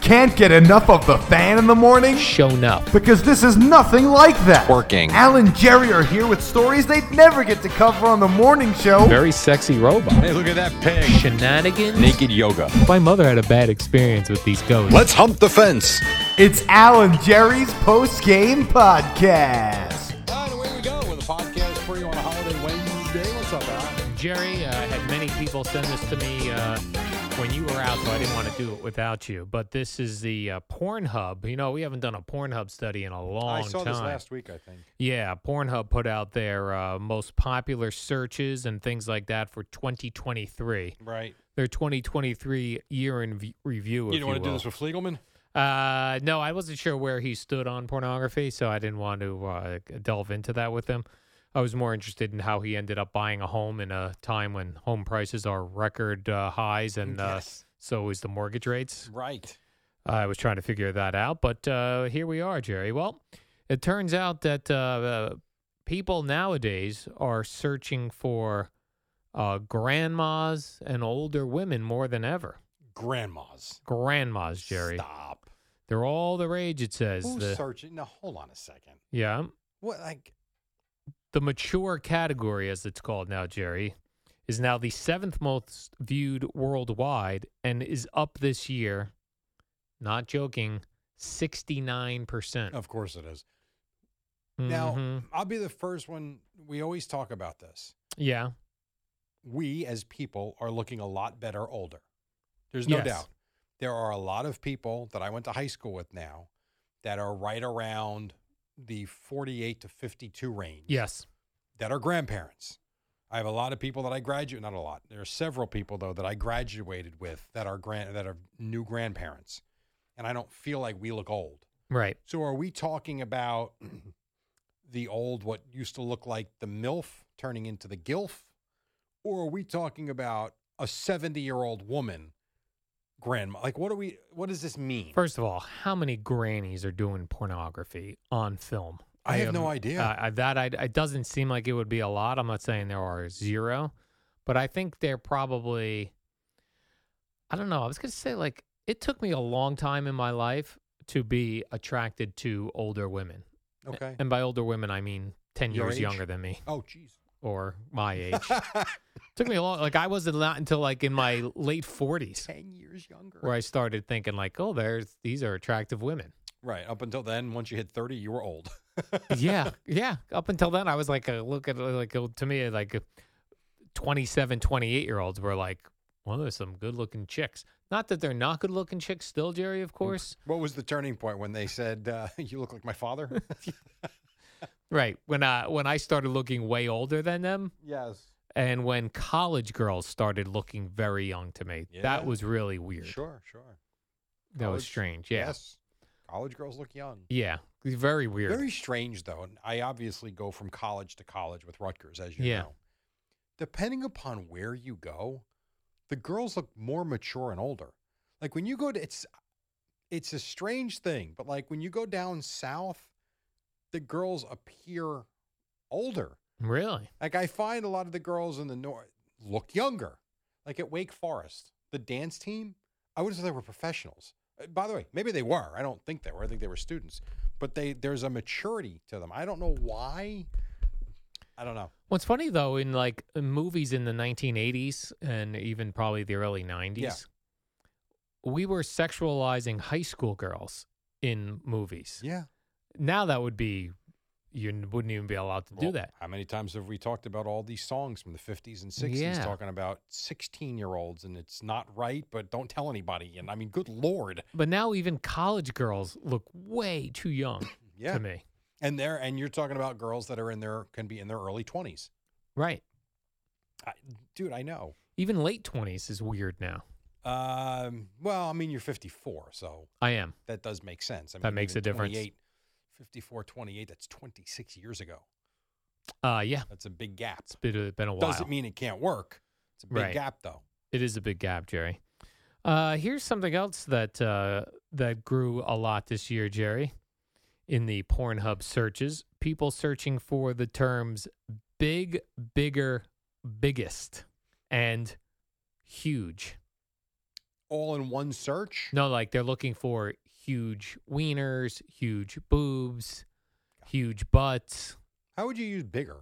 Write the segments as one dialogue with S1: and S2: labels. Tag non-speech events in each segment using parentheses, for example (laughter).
S1: Can't get enough of the fan in the morning?
S2: shown up.
S1: Because this is nothing like that.
S3: Working.
S1: Al and Jerry are here with stories they'd never get to cover on the morning show.
S2: Very sexy robot.
S3: Hey, look at that pig.
S2: Shenanigans.
S3: Naked yoga.
S2: My mother had a bad experience with these ghosts.
S3: Let's hump the fence.
S1: It's Al and Jerry's post game podcast.
S3: And away we go with a podcast for you on a holiday Wednesday. What's up, Al?
S2: Jerry uh, had many people send this to me uh, when you were out, so I didn't want to do it without you. But this is the uh, Pornhub. You know, we haven't done a Pornhub study in a long
S3: I saw
S2: time.
S3: this last week, I think.
S2: Yeah, Pornhub put out their uh, most popular searches and things like that for 2023.
S3: Right.
S2: Their 2023 year in v- review.
S3: You
S2: if
S3: don't want to do
S2: will.
S3: this with Fliegelman?
S2: Uh, no, I wasn't sure where he stood on pornography, so I didn't want to uh, delve into that with him. I was more interested in how he ended up buying a home in a time when home prices are record uh, highs, and uh,
S3: Yes.
S2: so is the mortgage rates.
S3: Right.
S2: I was trying to figure that out, but uh, here we are, Jerry. Well, it turns out that uh, uh, people nowadays are searching for uh, grandmas and older women more than ever.
S3: Grandmas.
S2: Grandmas, Jerry.
S3: Stop.
S2: They're all the rage, it says.
S3: Who's
S2: The-
S3: searching? Now, hold on a second.
S2: yeah.
S3: What, like,
S2: The mature category, as it's called now, Jerry, is now the seventh most viewed worldwide and is up this year, not joking, 69%.
S3: of course it is. Now,
S2: Mhm.
S3: I'll be the first one. We always talk about this.
S2: yeah.
S3: We as people are looking a lot better older. There's no
S2: Yes.
S3: doubt. There are a lot of people that I went to high school with now that are right around the 48 to 52 range.
S2: Yes.
S3: that are grandparents. I have a lot of people that I graduate not a lot. There are several people though that I graduated with that are grand that are new grandparents. And I don't feel like we look old.
S2: Right.
S3: So are we talking about (clears throat) the old what used to look like the MILF turning into the GILF? Or are we talking about a 70-year-old woman grandma? Like what are we what does this mean?
S2: First of all, how many grannies are doing pornography on film?
S3: I have
S2: am-
S3: no idea.
S2: Uh, I- that I, it doesn't seem like it would be a lot. I'm not saying there are zero, but I think they're probably. I don't know. I was gonna say like it took me a long time in my life to be attracted to older women,
S3: okay.
S2: and by older women I mean ten
S3: Your
S2: years
S3: age?
S2: younger than me
S3: Oh jeez.
S2: or
S3: (laughs)
S2: my age. took me a long like I wasn't out until like in my late 40s
S3: 10 years younger.
S2: where I started thinking like, oh, there's these are attractive women.
S3: Right. Up until then, once you hit 30, you were old.
S2: yeah, yeah. Up until then, I was like, uh, look at like uh, to me, like uh, 27, 28 year olds were like, well, there's some good looking chicks. Not that they're not good looking chicks still, Jerry, of course.
S3: What was the turning point when they said uh, (laughs) you look like my father?
S2: Right. When I when I started looking way older than them,
S3: yes,
S2: and when college girls started looking very young to me,
S3: Yeah.
S2: that was really weird.
S3: sure, sure.
S2: That was
S3: College-
S2: strange. Yeah.
S3: Yes, college girls look young.
S2: Yeah. Very weird.
S3: Very strange though. And I obviously go from college to college with Rutgers, as you
S2: Yeah.
S3: know. Depending upon where you go, the girls look more mature and older. Like when you go to it's, it's a strange thing, but like when you go down south, the girls appear older.
S2: really.
S3: Like I find a lot of the girls in the north look younger. Like at Wake Forest, the dance team, I would have said they were professionals. Uh, By the way, maybe they were. I don't think they were. I think they were students. But they there's a maturity to them. I don't know why. I don't know.
S2: What's funny though, in like in movies in the 1980s and even probably the early 90s, we were sexualizing high school girls in movies.
S3: Yeah.
S2: Now that would be, you n- wouldn't even be allowed to do that.
S3: How many times have we talked about all these songs from the 50s and 60s
S2: Yeah.
S3: talking about 16 year olds and it's not right, but don't tell anybody. And I mean, good Lord.
S2: But now even college girls look way too young
S3: (clears throat) Yeah.
S2: to me.
S3: And there, and you're talking about girls that are in their, can be in their early 20s.
S2: Right.
S3: I, dude, I know.
S2: Even late 20s is weird now.
S3: Um, well, I mean, you're 54, so
S2: I am.
S3: that does make sense. I mean,
S2: That makes
S3: even
S2: a difference.
S3: 28, 54, 28, that's 26 years ago.
S2: Uh, yeah,
S3: That's a big gap.
S2: it's been a, been a while.
S3: Doesn't mean it can't work. It's a big
S2: Right.
S3: gap, though.
S2: It is a big gap, Jerry. Uh, here's something else that uh, that grew a lot this year, Jerry, in the Pornhub searches. People searching for the terms "big," "bigger," "biggest," and "huge."
S3: All in one search.
S2: No, like they're looking for huge wieners, huge boobs, huge butts.
S3: How would you use bigger?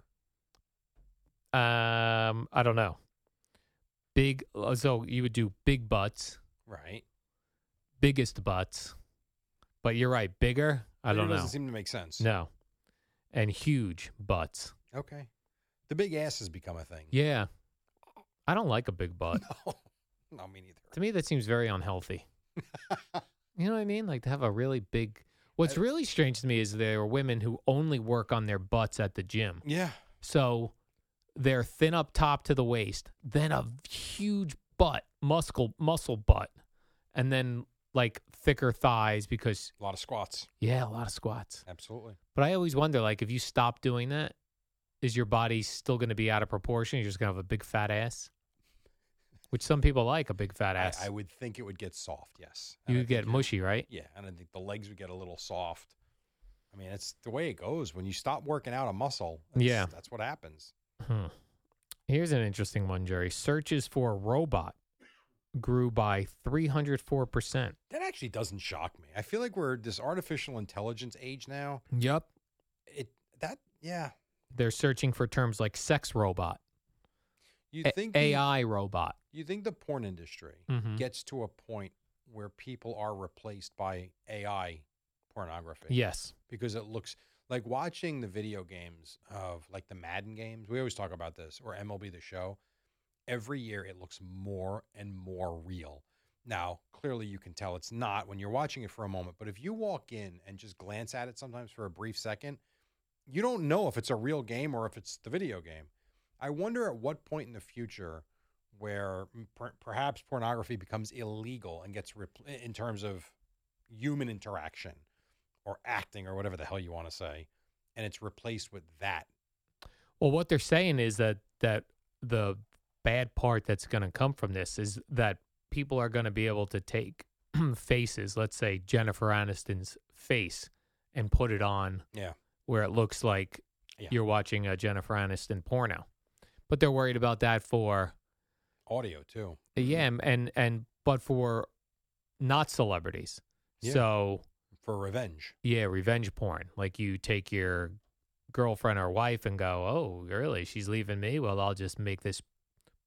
S2: Um, I don't know. Big. uh, So you would do big butts.
S3: Right.
S2: biggest butts, but you're right, bigger. I don't
S3: It
S2: know.
S3: doesn't seem to make sense.
S2: no, and huge butts.
S3: Okay. The big ass has become a thing.
S2: Yeah, I don't like a big butt.
S3: No, no, me neither.
S2: To me, that seems very unhealthy. you know what I mean? Like to have a really big. What's really strange to me is there are women who only work on their butts at the gym,
S3: Yeah.
S2: so they're thin up top to the waist, then a huge butt, muscle muscle butt, and then like thicker thighs because
S3: A lot of squats.
S2: yeah, a lot of squats.
S3: Absolutely.
S2: But I always wonder, like, if you stop doing that, is your body still going to be out of proportion? You're just going to have a big fat ass, which some people like a big fat
S3: I,
S2: ass.
S3: I would think it would get soft, yes. And
S2: you
S3: I
S2: would get
S3: think it-
S2: mushy, right?
S3: Yeah, and I think the legs would get a little soft. I mean, it's the way it goes. When you stop working out a muscle, that's,
S2: Yeah.
S3: that's what happens.
S2: Hmm. Here's an interesting one, Jerry. Searches for a robot grew by 304%.
S3: That actually doesn't shock me. I feel like we're this artificial intelligence age now.
S2: Yep.
S3: It that yeah.
S2: They're searching for terms like sex robot,
S3: You
S2: a-
S3: think the-
S2: AI robot.
S3: you think the porn industry
S2: Mhm.
S3: gets to a point where people are replaced by AI pornography?
S2: Yes.
S3: because it looks like watching the video games of like the Madden games. We always talk about this or MLB the show. Every year it looks more and more real. Now, clearly you can tell it's not when you're watching it for a moment, but if you walk in and just glance at it sometimes for a brief second, you don't know if it's a real game or if it's the video game. I wonder at what point in the future where m- per- perhaps pornography becomes illegal and gets repl- in terms of human interaction or acting or whatever the hell you want to say, and it's replaced with that.
S2: Well, what they're saying is that that the bad part that's going to come from this is that people are going to be able to take (clears throat) faces, let's say Jennifer Aniston's face, and put it on
S3: Yeah.
S2: where it looks like
S3: Yeah.
S2: you're watching a Jennifer Aniston porno. But they're worried about that for
S3: Audio too.
S2: yeah, and and, and but for not celebrities.
S3: Yeah.
S2: So
S3: For revenge.
S2: yeah, revenge porn. Like you take your girlfriend or wife and go, "Oh, really? She's leaving me? Well, I'll just make this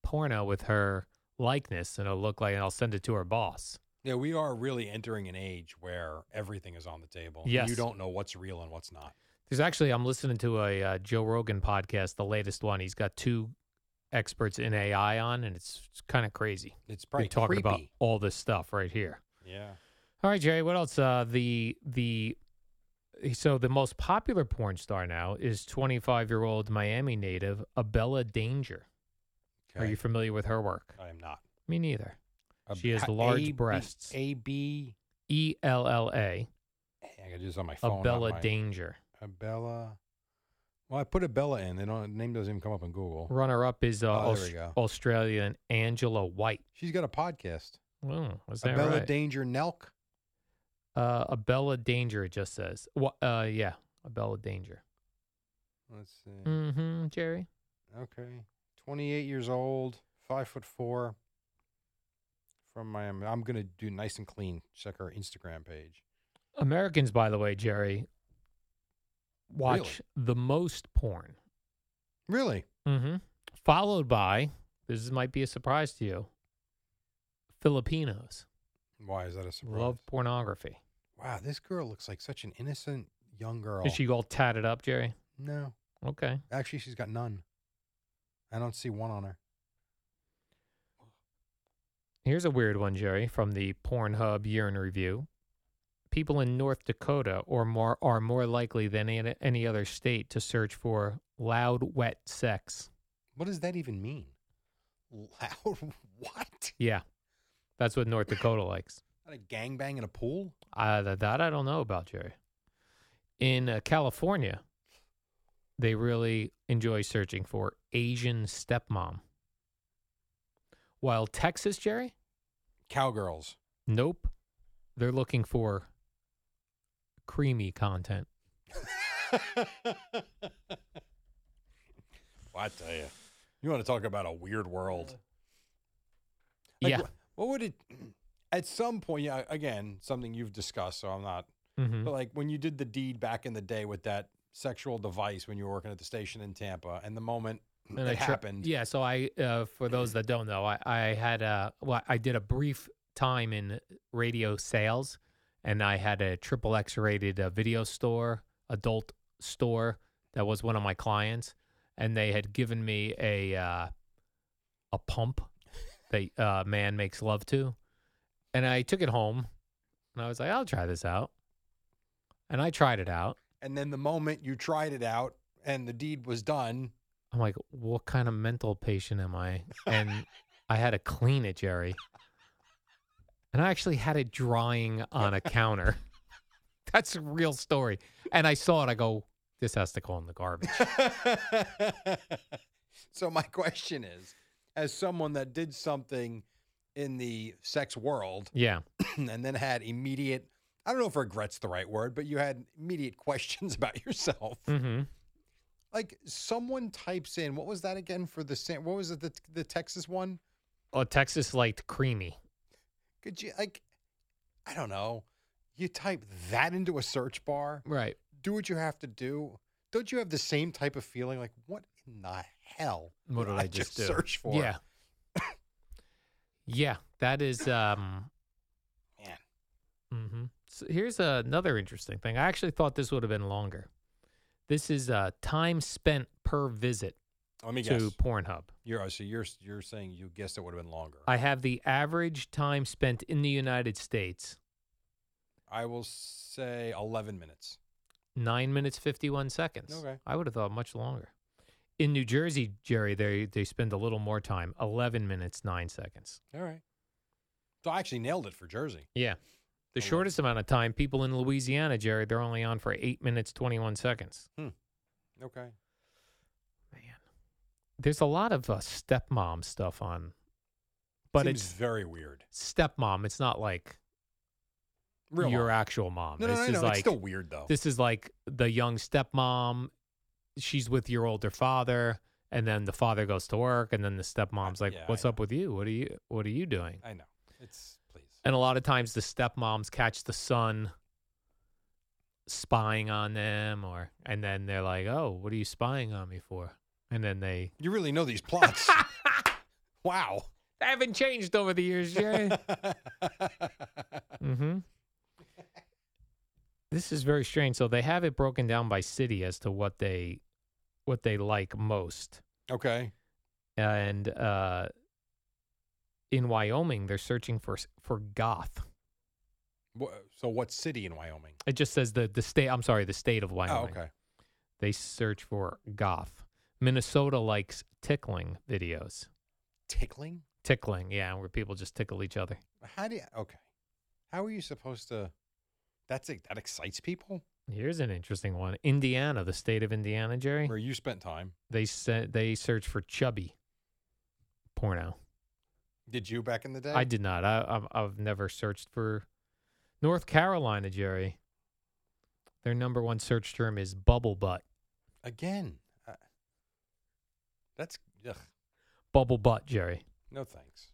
S2: porno with her likeness and it'll look like and I'll send it to her boss."
S3: Yeah, we are really entering an age where everything is on the table.
S2: Yes.
S3: You don't know what's real and what's not.
S2: There's actually I'm listening to a uh, Joe Rogan podcast, the latest one. He's got two experts in AI on and it's, it's kind of crazy.
S3: It's probably
S2: We're talking about
S3: creepy.
S2: all this stuff right here.
S3: Yeah.
S2: All right, Jerry. What else? Uh, the the so the most popular porn star now is 25 year old Miami native Abella Danger. Are
S3: Okay. Uh,
S2: you familiar with her work?
S3: I am not.
S2: Me neither.
S3: A-
S2: She has
S3: a-
S2: large
S3: A- B-
S2: breasts.
S3: A B.
S2: E L L A
S3: Hey, I gotta do this on my phone. not
S2: Abella
S3: my-
S2: Danger.
S3: Abella. Well, I put Abella in. They don't. The name doesn't even come up in Google.
S2: Runner up is uh,
S3: Oh, there
S2: Aus-
S3: we go.
S2: Australian Angela White.
S3: She's got a podcast.
S2: Oh, was that
S3: Abella
S2: right?
S3: Danger Nelk.
S2: uh, Abella Danger. It just says. Wha Uh, yeah, Abella Danger.
S3: Let's see.
S2: Mm-hmm. Jerry.
S3: Okay. 28 years old, five foot four. From Miami. I'm gonna do nice and clean. Check our Instagram page.
S2: Americans, by the way, Jerry, watch the most porn.
S3: Really?
S2: Mm-hmm. Followed by, this might be a surprise to you, Filipinos
S3: Why is that a surprise?
S2: love pornography.
S3: Wow, this girl looks like such an innocent young girl.
S2: Is she all tatted up, Jerry?
S3: No,
S2: Okay.
S3: actually, she's got none. I don't see one on her.
S2: Here's a weird one, Jerry, from the Pornhub Year in Review. People in North Dakota or more are more likely than an- any other state to search for loud, wet sex.
S3: (laughs) What does that even mean? Loud? What?
S2: Yeah. That's what North Dakota likes.
S3: Not a gangbang in a pool?
S2: Uh, that, that I don't know about, Jerry. In uh, California, they really enjoy searching for Asian stepmom. While Texas, Jerry, (laughs)
S3: Cowgirls.
S2: nope, they're looking for creamy content.
S3: Well, I tell you, you want to talk about a weird world. Like,
S2: yeah.
S3: wha- What would it, at some point, yeah, again, something you've discussed, so I'm not,
S2: Mhm.
S3: but like when you did the deed back in the day with that sexual device when you were working at the station in Tampa and the moment it
S2: I tr-
S3: happened.
S2: Yeah, so I, uh, for those that don't know, I, I had a, well, I did a brief time in radio sales, and I had a triple X rated uh, video store, adult store that was one of my clients, and they had given me a, uh, a pump that uh, man makes love to, and I took it home, and I was like, I'll try this out, and I tried it out.
S3: And then the moment you tried it out and the deed was done, (laughs)
S2: I'm like, what kind of mental patient am I? And I had to clean it, Jerry. And I actually had it drying on a counter. (laughs) That's a real story. And I saw it. I go, this has to go in the garbage.
S3: so my question is as someone that did something in the sex world (clears throat)
S2: Yeah.
S3: and then had immediate i don't know if regret's the right word but you had immediate (laughs) questions about yourself
S2: Mm-hmm.
S3: like someone types in what was that again for the San- what was it the, the texas one
S2: Oh, Texas liked creamy.
S3: could you like i don't know you type that into a search bar
S2: Right.
S3: do what you have to do don't you have the same type of feeling like what in the hell
S2: What did I,
S3: just,
S2: do?
S3: search for
S2: Yeah. yeah. That is. um
S3: Man.
S2: Mm-hmm. So here's another interesting thing. I actually thought this would have been longer. This is uh, time spent per visit
S3: let me
S2: to
S3: guess
S2: Pornhub.
S3: You're oh, so you're you're saying you guessed it would have been longer. I,
S2: I have the average time spent in the United States
S3: will say 11 minutes.
S2: nine minutes fifty one seconds.
S3: Okay.
S2: I would have thought much longer. In New Jersey, Jerry, they they spend a little more time eleven minutes nine seconds.
S3: All right. So I actually nailed it for Jersey.
S2: Yeah. The
S3: Eleven.
S2: shortest amount of time, people in Louisiana, Jerry, they're only on for eight minutes twenty one seconds.
S3: Okay.
S2: There's a lot of uh, stepmom stuff on, but
S3: Seems
S2: it's
S3: very weird.
S2: stepmom. It's not like
S3: Real
S2: your
S3: life.
S2: actual mom.
S3: No, no,
S2: this
S3: no,
S2: is
S3: no.
S2: like
S3: it's still weird though.
S2: This is like the young stepmom. She's with your older father, and then the father goes to work, and then the stepmom's like,
S3: yeah, I
S2: "What's up with you? What are you What are you doing?"
S3: I know. It's please.
S2: And a lot of times, the stepmoms catch the son spying on them, or and then they're like, "Oh, what are you spying on me for?" And then they
S3: You really know these
S2: (laughs)
S3: plots. wow.
S2: I haven't changed over the years,
S3: (laughs)
S2: Jerry. Mm-hmm. This is very strange. So they have it broken down by city as to what they what they like most.
S3: okay.
S2: And uh, in Wyoming, they're searching for s- for goth.
S3: Wha so what city in Wyoming?
S2: It just says the the state. I'm sorry, the state of Wyoming.
S3: Oh, okay.
S2: They search for goth. Minnesota likes tickling videos.
S3: Tickling?
S2: Tickling, yeah, where people just tickle each other.
S3: How do you Okay. How are you supposed to That's it. That excites people?
S2: Here's an interesting one. Indiana, the state of Indiana, Jerry.
S3: Where you spent time.
S2: They said they search for chubby porno.
S3: Did you back in the day?
S2: I did not. I, I've, I've never searched for North Carolina, Jerry. Their number one search term is bubble butt.
S3: Again. Uh, that's ugh,
S2: Bubble butt, Jerry.
S3: no thanks.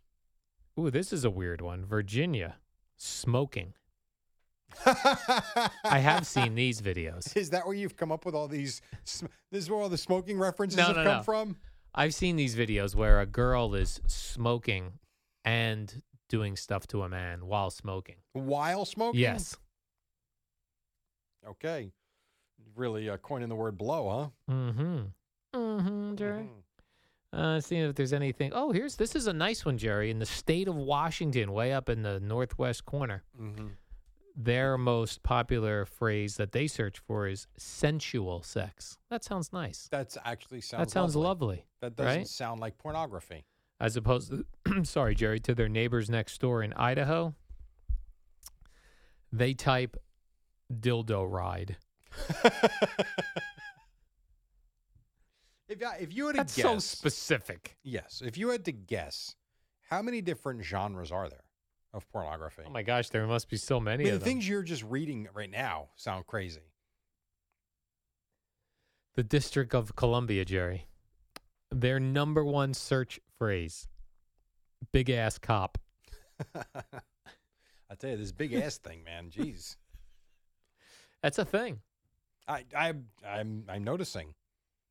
S2: Ooh, this is a weird one. Virginia, smoking. I have seen these videos.
S3: (laughs) Is that where you've come up with all these? Sm- this is where all the smoking references
S2: No,
S3: have
S2: no,
S3: come
S2: no.
S3: from.
S2: I've seen these videos where a girl is smoking and doing stuff to a man while smoking.
S3: While smoking.
S2: Yes.
S3: Okay. Really uh, coining the word blow,
S2: Mm-hmm. Mm-hmm,
S3: huh?
S2: Jerry. Uh, seeing if there's anything. Oh, here's this is a nice one, Jerry. In the state of Washington, way up in the northwest corner,
S3: Mm-hmm.
S2: their most popular phrase that they search for is sensual sex. That sounds nice.
S3: That's actually sounds.
S2: that sounds lovely.
S3: That doesn't
S2: right?
S3: sound like pornography.
S2: as opposed to, (clears throat) sorry, Jerry, to their neighbors next door in Idaho, they type dildo ride.
S3: If, I- if you had to
S2: That's
S3: guess,
S2: so specific.
S3: yes, if you had to guess, how many different genres are there of pornography?
S2: Oh my gosh, there must be so
S3: I
S2: many
S3: mean,
S2: of
S3: the
S2: them.
S3: things you're just reading right now sound crazy.
S2: the District of Columbia, Jerry. Their number one search phrase: "Big ass cop."
S3: I tell you, this big ass
S2: (laughs)
S3: thing, man. Jeez,
S2: That's a thing.
S3: I, I, I'm, I'm noticing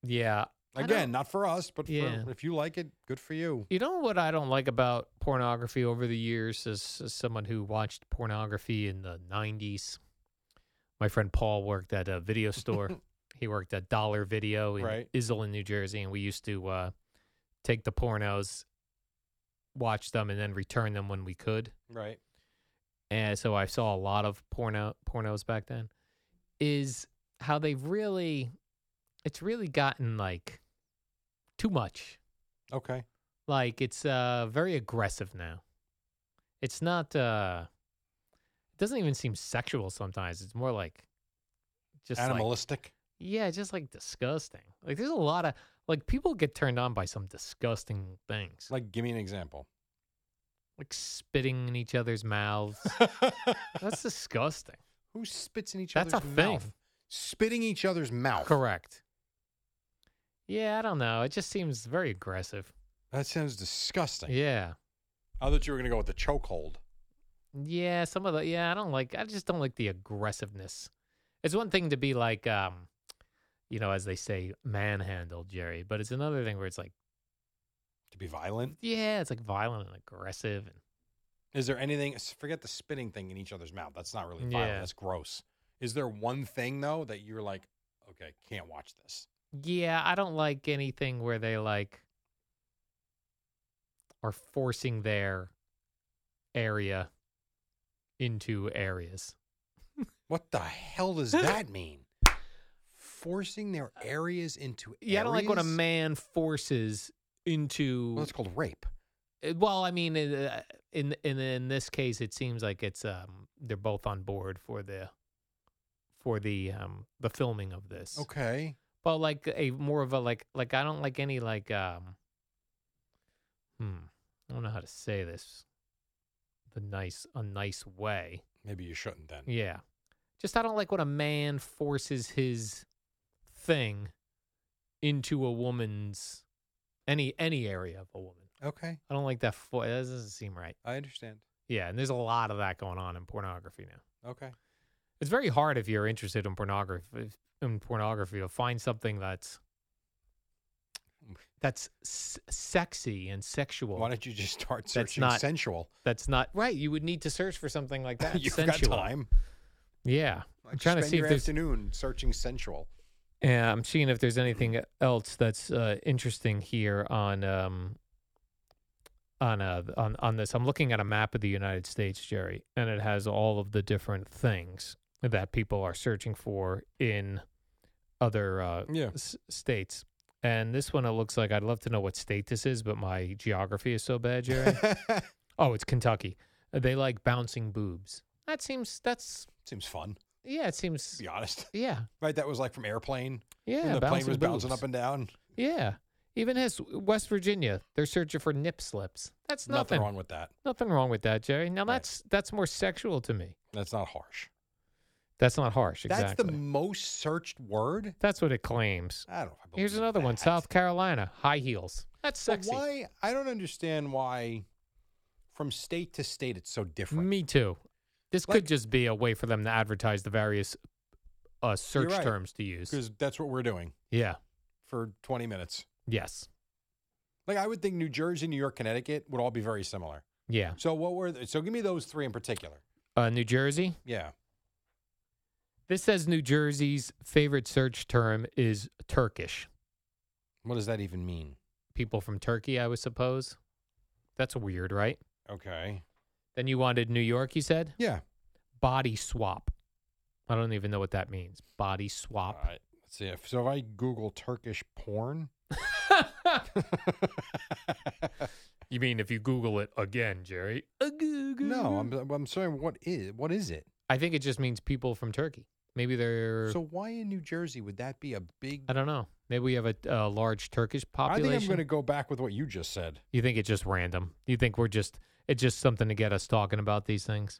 S2: Yeah. I don't-
S3: again. Not for us, but
S2: Yeah.
S3: for, if you like it, good for you.
S2: You know what I don't like about pornography over the years as, as someone who watched pornography in the 90s? My friend Paul worked at a video store. he worked at Dollar Video in
S3: Right.
S2: Iselin, New Jersey, and we used to uh, take the pornos, watch them, and then return them when we could.
S3: Right.
S2: And so I saw a lot of porno pornos back then. Is how they've really, it's really gotten like too much.
S3: Okay.
S2: Like it's uh very aggressive now. It's not uh it doesn't even seem sexual sometimes. It's more like just like-
S3: Animalistic.
S2: yeah, just like disgusting. Like there's a lot of like people get turned on by some disgusting things. Like,
S3: Like, give me
S2: (laughs)
S3: an example.
S2: spitting in each other's mouths. That's disgusting.
S3: Who spits in each
S2: That's a
S3: other's mouth?
S2: thing.
S3: Spitting each other's mouth.
S2: Correct. Yeah, I don't know. It just seems very aggressive.
S3: That sounds disgusting.
S2: Yeah.
S3: I thought you were gonna go with the chokehold.
S2: Yeah, some of the yeah, I don't like I just don't like the aggressiveness. It's one thing to be like um you know, as they say, manhandled Jerry, but it's another thing where it's like,
S3: To be violent.
S2: yeah, it's like violent and aggressive and
S3: Is there anything? s- Forget the spitting thing in each other's mouth. That's not really violent.
S2: Yeah.
S3: That's gross. Is there one thing though that you're like, okay, can't watch this?
S2: yeah, I don't like anything where they like are forcing their area into areas.
S3: What the
S2: (laughs)
S3: hell does that mean? Forcing their areas into
S2: Yeah, I don't Uh, like when a
S3: areas?
S2: man forces into
S3: Well, it's called rape.
S2: Uh, Well, I mean, uh, in in in this case, it seems like it's um they're both on board for the for the um the filming of this.
S3: Okay.
S2: But like a more of a like like I don't like any like um hmm I don't know how to say this the nice a nice way.
S3: Maybe you shouldn't then.
S2: Yeah. Just I don't like when a man forces his thing into a woman's any any area of a woman.
S3: Okay,
S2: I don't like that. Fo- that doesn't seem right.
S3: I understand.
S2: Yeah, and there's a lot of that going on in pornography now.
S3: Okay.
S2: It's very hard if you're interested in pornography in pornography to find something that's that's s- sexy and sexual.
S3: Why don't you just start
S2: that's
S3: searching
S2: not-
S3: sensual?
S2: that's not right. You would need to search for something like that.
S3: (laughs) You've
S2: sensual.
S3: got time.
S2: Yeah, I'm trying to
S3: Spend
S2: see
S3: your
S2: if there's.
S3: afternoon searching sensual.
S2: Yeah, I'm seeing if there's anything else that's uh, interesting here on um, on uh, on on this. I'm looking at a map of the United States, Jerry, and it has all of the different things that people are searching for in other uh,
S3: Yeah.
S2: s- states. And this one, it looks like I'd love to know what state this is, but my geography is so bad,
S3: (laughs)
S2: Jerry. oh, it's Kentucky. They like bouncing boobs. That seems. That's
S3: Seems fun.
S2: yeah. It
S3: To
S2: seems
S3: be honest, (laughs)
S2: yeah.
S3: right? That was like from airplane.
S2: Yeah,
S3: when the plane
S2: bouncing
S3: was bouncing
S2: boobs.
S3: up and down.
S2: Yeah. Even his West Virginia, they're searching for nip slips. That's nothing.
S3: Nothing wrong with that.
S2: nothing wrong with that, Jerry. Now that's that's more sexual to me.
S3: That's not harsh.
S2: That's not harsh. Exactly.
S3: That's the most searched word.
S2: That's what it claims.
S3: I don't. know if I believe
S2: Here's another one:
S3: that.
S2: South Carolina, high heels. That's
S3: But
S2: sexy.
S3: Why? I don't understand why. From state to state, it's so different.
S2: Me too. This
S3: Like-
S2: could just be a way for them to advertise the various uh, search
S3: right.
S2: terms to use.
S3: because that's what we're doing
S2: Yeah.
S3: for 20 minutes.
S2: Yes.
S3: Like I would think New Jersey, New York, Connecticut would all be very similar.
S2: Yeah.
S3: So what were? th- so give me those three in particular.
S2: Uh, New Jersey.
S3: Yeah.
S2: This says New Jersey's favorite search term is Turkish.
S3: What does that even mean?
S2: people from Turkey, I would suppose. That's weird, right?
S3: Okay.
S2: Then you wanted New York, you said?
S3: Yeah.
S2: Body swap. I don't even know what that means. Body
S3: All
S2: swap.
S3: right. Let's see. If, so if I Google Turkish porn,
S2: You mean if you Google it again, Jerry?
S3: No, I'm I'm saying what is what is it?
S2: I think it just means people from Turkey. Maybe they're.
S3: So why in New Jersey would that be a big?
S2: I don't know. Maybe we have a, a large Turkish population.
S3: I think I'm going to go back with what you just said.
S2: You think it's just random? You think we're just it's just something to get us talking about these things?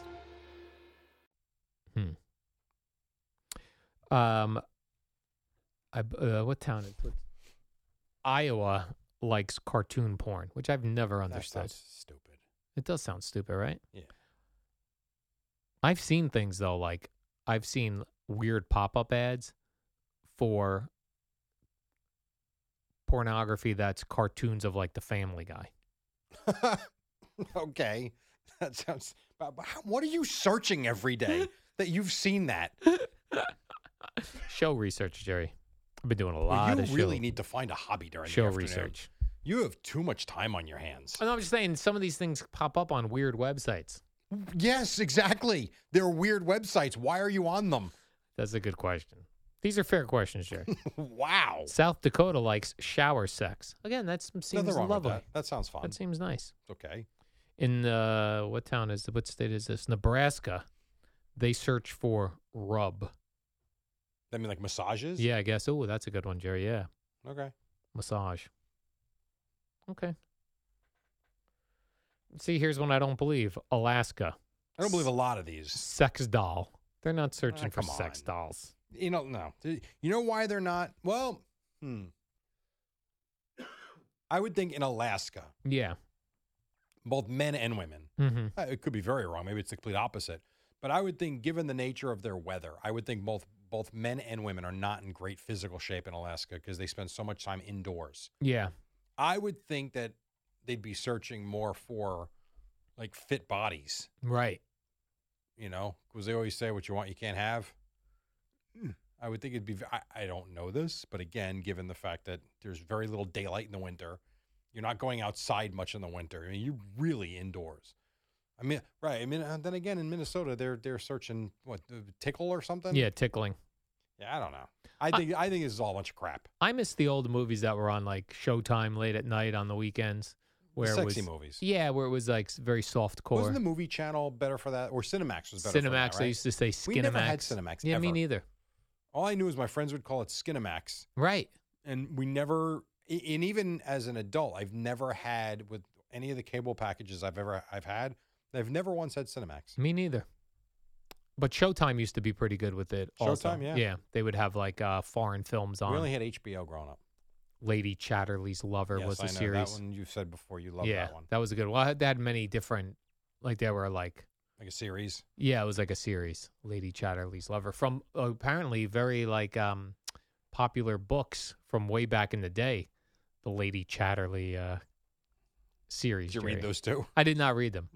S2: Um, I b- uh, what town is what? Iowa likes cartoon porn, which I've never
S3: That
S2: understood.
S3: sounds stupid. (laughs)
S2: It does sound stupid, right?
S3: Yeah.
S2: I've seen things though, like I've seen weird pop up ads for pornography that's cartoons of like the Family Guy.
S3: okay, that sounds. but- but how- What are you searching
S2: (laughs)
S3: every day that you've seen that?
S2: Show research, Jerry. I've been doing a
S3: Well,
S2: lot
S3: you
S2: of show,
S3: really need to find a hobby during
S2: show
S3: the afternoon.
S2: research. Uh,
S3: You have too much time on your hands.
S2: I know, I'm just saying some of these things pop up on weird websites.
S3: Yes, exactly. They're weird websites. Why are you on them? (laughs)
S2: That's a good question. These are fair questions, Jerry.
S3: Wow.
S2: South Dakota likes shower sex. Again, that seems
S3: Nothing wrong with
S2: lovely.
S3: that. That sounds fun.
S2: that seems nice.
S3: okay.
S2: in uh, what town is what state is this? Nebraska. They search for rub.
S3: I mean, like massages.
S2: Yeah, I guess. Oh, that's a good one, Jerry. Yeah,
S3: Okay.
S2: massage. Okay. See, here's one I don't believe. Alaska
S3: I don't believe a lot of these.
S2: sex doll. They're not searching for
S3: Ah, come
S2: sex
S3: on.
S2: dolls.
S3: You know, no. You know why they're not? Well, hmm. I would think in Alaska,
S2: Yeah.
S3: both men and women.
S2: Mm-hmm.
S3: uh, It could be very wrong. Maybe it's the complete opposite. But I would think, given the nature of their weather, I would think both both men and women are not in great physical shape in Alaska because they spend so much time indoors.
S2: Yeah.
S3: I would think that they'd be searching more for like fit bodies,
S2: Right.
S3: you know, because they always say what you want, you can't have. I would think it'd be, v- I, I don't know this, but again, given the fact that there's very little daylight in the winter, you're not going outside much in the winter. I mean, you're really indoors. I mean, right. I mean, uh, then again, in Minnesota, they're they're searching what the tickle or something.
S2: Yeah. Tickling.
S3: yeah. I don't know. I think I, think this is all a bunch of crap.
S2: I miss the old movies that were on like Showtime late at night on the weekends, where it was
S3: Sexy movies.
S2: Yeah, where it was like s- very soft core.
S3: Wasn't the movie channel better for that, or Cinemax was better? for
S2: Cinemax.
S3: that,
S2: I
S3: right?
S2: used to say Skinemax.
S3: We never had Cinemax,
S2: Yeah, me
S3: ever.
S2: neither.
S3: All I knew is my friends would call it Skinamax,
S2: Right.
S3: and we never. a- And even as an adult, I've never had with any of the cable packages I've ever I've had. I've never once had Cinemax.
S2: Me neither. But Showtime used to be pretty good with it. also.
S3: Showtime, yeah.
S2: Yeah, they would have like uh, foreign films on.
S3: We only had HBO growing up.
S2: Lady Chatterley's Lover
S3: yes,
S2: was a
S3: I know
S2: series.
S3: that one. You said before you loved
S2: yeah,
S3: that one,
S2: was a good one. They had many different, like they were like,
S3: like a series.
S2: yeah, it was like a series. Lady Chatterley's Lover from apparently very like um popular books from way back in the day. The Lady Chatterley uh, series.
S3: Did you
S2: Jerry.
S3: read those two?
S2: I did not read them.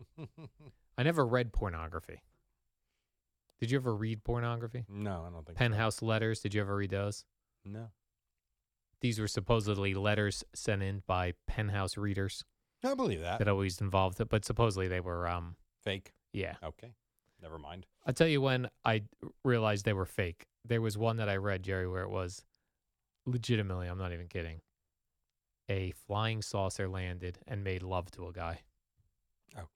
S2: I never read pornography. Did you ever read pornography?
S3: (laughs) No, I don't think.
S2: Penthouse letters. Did you ever read those?
S3: So. No.
S2: These were supposedly letters sent in by penthouse readers
S3: I believe that.
S2: that always involved it, but supposedly they were, um,
S3: Fake.
S2: yeah.
S3: Okay. Never mind.
S2: I'll tell you when I realized they were fake. There was one that I read, Jerry, where it was legitimately, I'm not even kidding, a flying saucer landed and made love to a guy,
S3: Okay.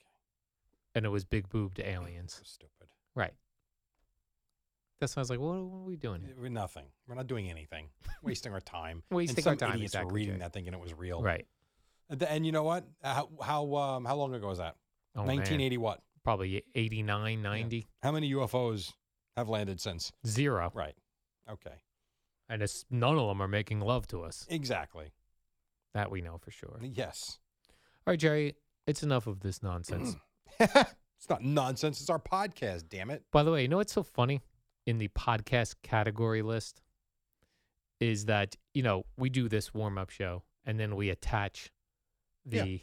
S2: and it was big boobed aliens.
S3: So stupid.
S2: Right. That's why I was like, what, what are we doing here?
S3: We're nothing. We're not
S2: (laughs)
S3: doing anything. Wasting our time.
S2: Mm. Wasting
S3: and some
S2: our time,
S3: Idiots
S2: exactly,
S3: were reading
S2: Jay.
S3: that thinking it was real.
S2: Right.
S3: And, th- and you know what? Uh, How how um, how long ago was that?
S2: Oh, man.
S3: 1980 what?
S2: Probably e, 89, 90.
S3: How many UFOs have landed since?
S2: Zero.
S3: Right. Okay.
S2: And it's, none of them are making love to us.
S3: Exactly.
S2: That we know for sure. All
S3: Yes.
S2: right, Jerry, it's enough of this nonsense.
S3: (clears throat) it's not nonsense. It's our podcast. Damn it.
S2: By the way, you know what's so funny in the podcast category list is that, you know, we do this warm up show and then we attach the
S3: Yeah.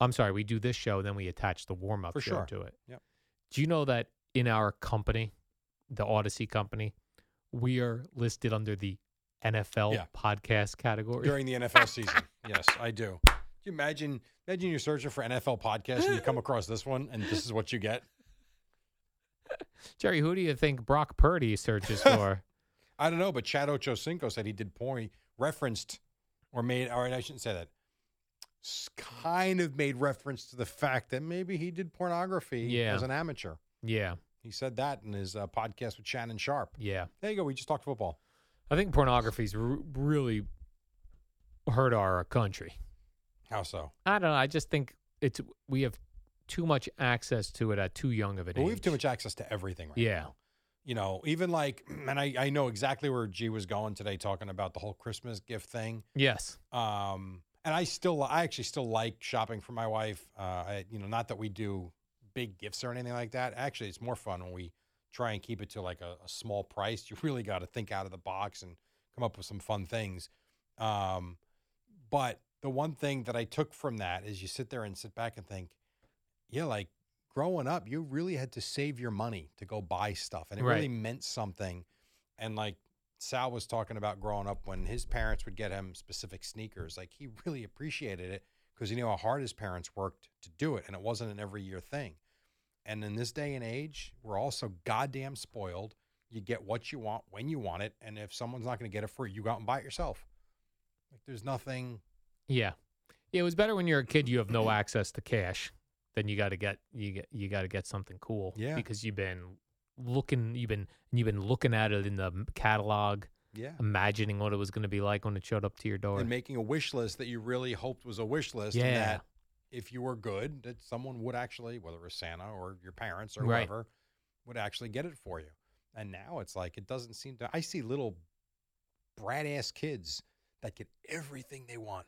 S2: I'm sorry, we do this show, then we attach the warm up
S3: For
S2: show
S3: sure.
S2: to it.
S3: Yep.
S2: Do you know that in our company, the Odyssey company, we are listed under the NFL
S3: Yeah.
S2: podcast category?
S3: during the NFL season. Yes, I do. Can you imagine imagine you're searching for NFL podcast and you come across this one and this is what you get?
S2: (laughs) Jerry, who do you think Brock Purdy
S3: (laughs)
S2: searches for?
S3: I don't know, but Chad Ochocinco said he did porn referenced or made all right, I shouldn't say that. S- Kind of made reference to the fact that maybe he did pornography
S2: Yeah.
S3: as an amateur.
S2: yeah,
S3: He said that in his uh, podcast with Shannon Sharp.
S2: yeah.
S3: There you go. We just talked football.
S2: I think pornography's r- really hurt our country.
S3: How so?
S2: I don't know. I just think it's we have too much access to it at too young of an
S3: Well,
S2: age.
S3: we have too much access to everything right
S2: Yeah.
S3: you know, even like, (clears throat) and I, I know exactly where G was going today talking about the whole Christmas gift thing.
S2: Yes.
S3: Um, and I still, I actually still like shopping for my wife. Uh, I, you know, not that we do big gifts or anything like that. Actually, it's more fun when we try and keep it to like a, a small price. You really got to think out of the box and come up with some fun things. Um, but the one thing that I took from that is you sit there and sit back and think, yeah, like growing up, you really had to save your money to go buy stuff, and it really
S2: Right.
S3: meant something. And like Sal was talking about growing up, when his parents would get him specific sneakers, like he really appreciated it because he knew how hard his parents worked to do it, and it wasn't an every year thing. And in this day and age, we're all so goddamn spoiled. You get what you want when you want it, and if someone's not going to get it for you, you go out and buy it yourself. Like there's nothing.
S2: Yeah. Yeah, it was better when you're a kid. You have
S3: (clears throat)
S2: no access to cash. Then you got to get you get you got to get something cool.
S3: Yeah.
S2: Because you've been looking, you've been you've been looking at it in the m- catalog,
S3: Yeah.
S2: imagining what it was going to be like when it showed up to your door.
S3: And making a wish list that you really hoped was a wish list. And
S2: Yeah.
S3: that if you were good, that someone would actually, whether it was Santa or your parents or
S2: Right.
S3: whoever, would actually get it for you. And now it's like, it doesn't seem to. I see little brat ass kids that get everything they want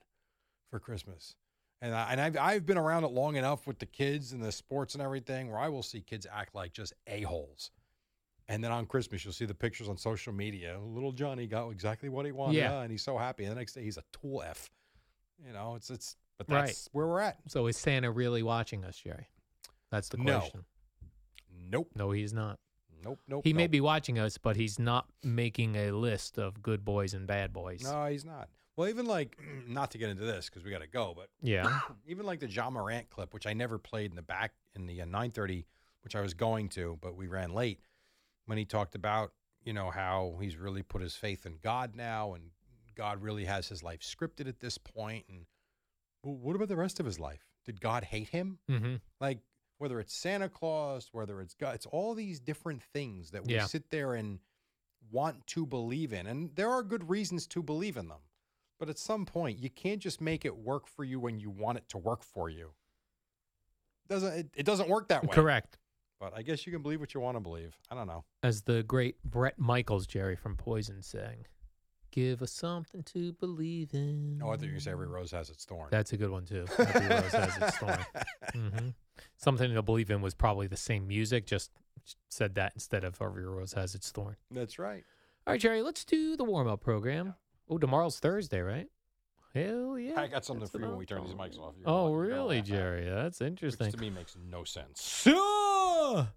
S3: for Christmas. And, I, and I've, I've been around it long enough with the kids and the sports and everything where I will see kids act like just a-holes. And then on Christmas, you'll see the pictures on social media. Little Johnny got exactly what he wanted,
S2: Yeah.
S3: uh, and he's so happy. And the next day, he's a tool f. You know, it's it's, but
S2: Right.
S3: that's where we're at.
S2: so is Santa really watching us, Jerry? That's the
S3: No.
S2: question.
S3: Nope,
S2: No, he's not.
S3: nope, nope.
S2: he may
S3: nope.
S2: be watching us, but he's not making a list of good boys and bad boys.
S3: No, he's not. Well, even like, (clears throat) not to get into this because we got to go, but
S2: Yeah.
S3: even like the John Morant clip, which I never played in the back in the uh, 930, which I was going to, but we ran late. When he talked about, you know, how he's really put his faith in God now, and God really has his life scripted at this point. And well, what about the rest of his life? Did God hate him?
S2: mm-hmm.
S3: like whether it's Santa Claus, whether it's God, it's all these different things that we
S2: Yeah.
S3: sit there and want to believe in. And there are good reasons to believe in them. But at some point, you can't just make it work for you when you want it to work for you. Doesn't it, it doesn't work that way.
S2: Correct.
S3: But I guess you can believe what you want to believe. I don't know.
S2: As the great Brett Michaels, Jerry from Poison, sang, "Give us something to believe in."
S3: No, Oh, I thought you were gonna say every rose has its thorn.
S2: That's a good one too. Every rose has its
S3: (laughs)
S2: thorn. hmm Something to believe in was probably the same music, just said that instead of every rose has its thorn.
S3: That's right.
S2: All right, Jerry, let's do the warm up program. Oh, tomorrow's Thursday, right? Hell yeah!
S3: I got something
S2: That's
S3: for you when
S2: about
S3: we turn these
S2: time.
S3: mics off. You're gonna
S2: Oh,
S3: laugh- you're gonna
S2: really,
S3: laugh at it,
S2: Jerry? That's
S3: Which
S2: interesting.
S3: to me makes no sense.
S2: Sure.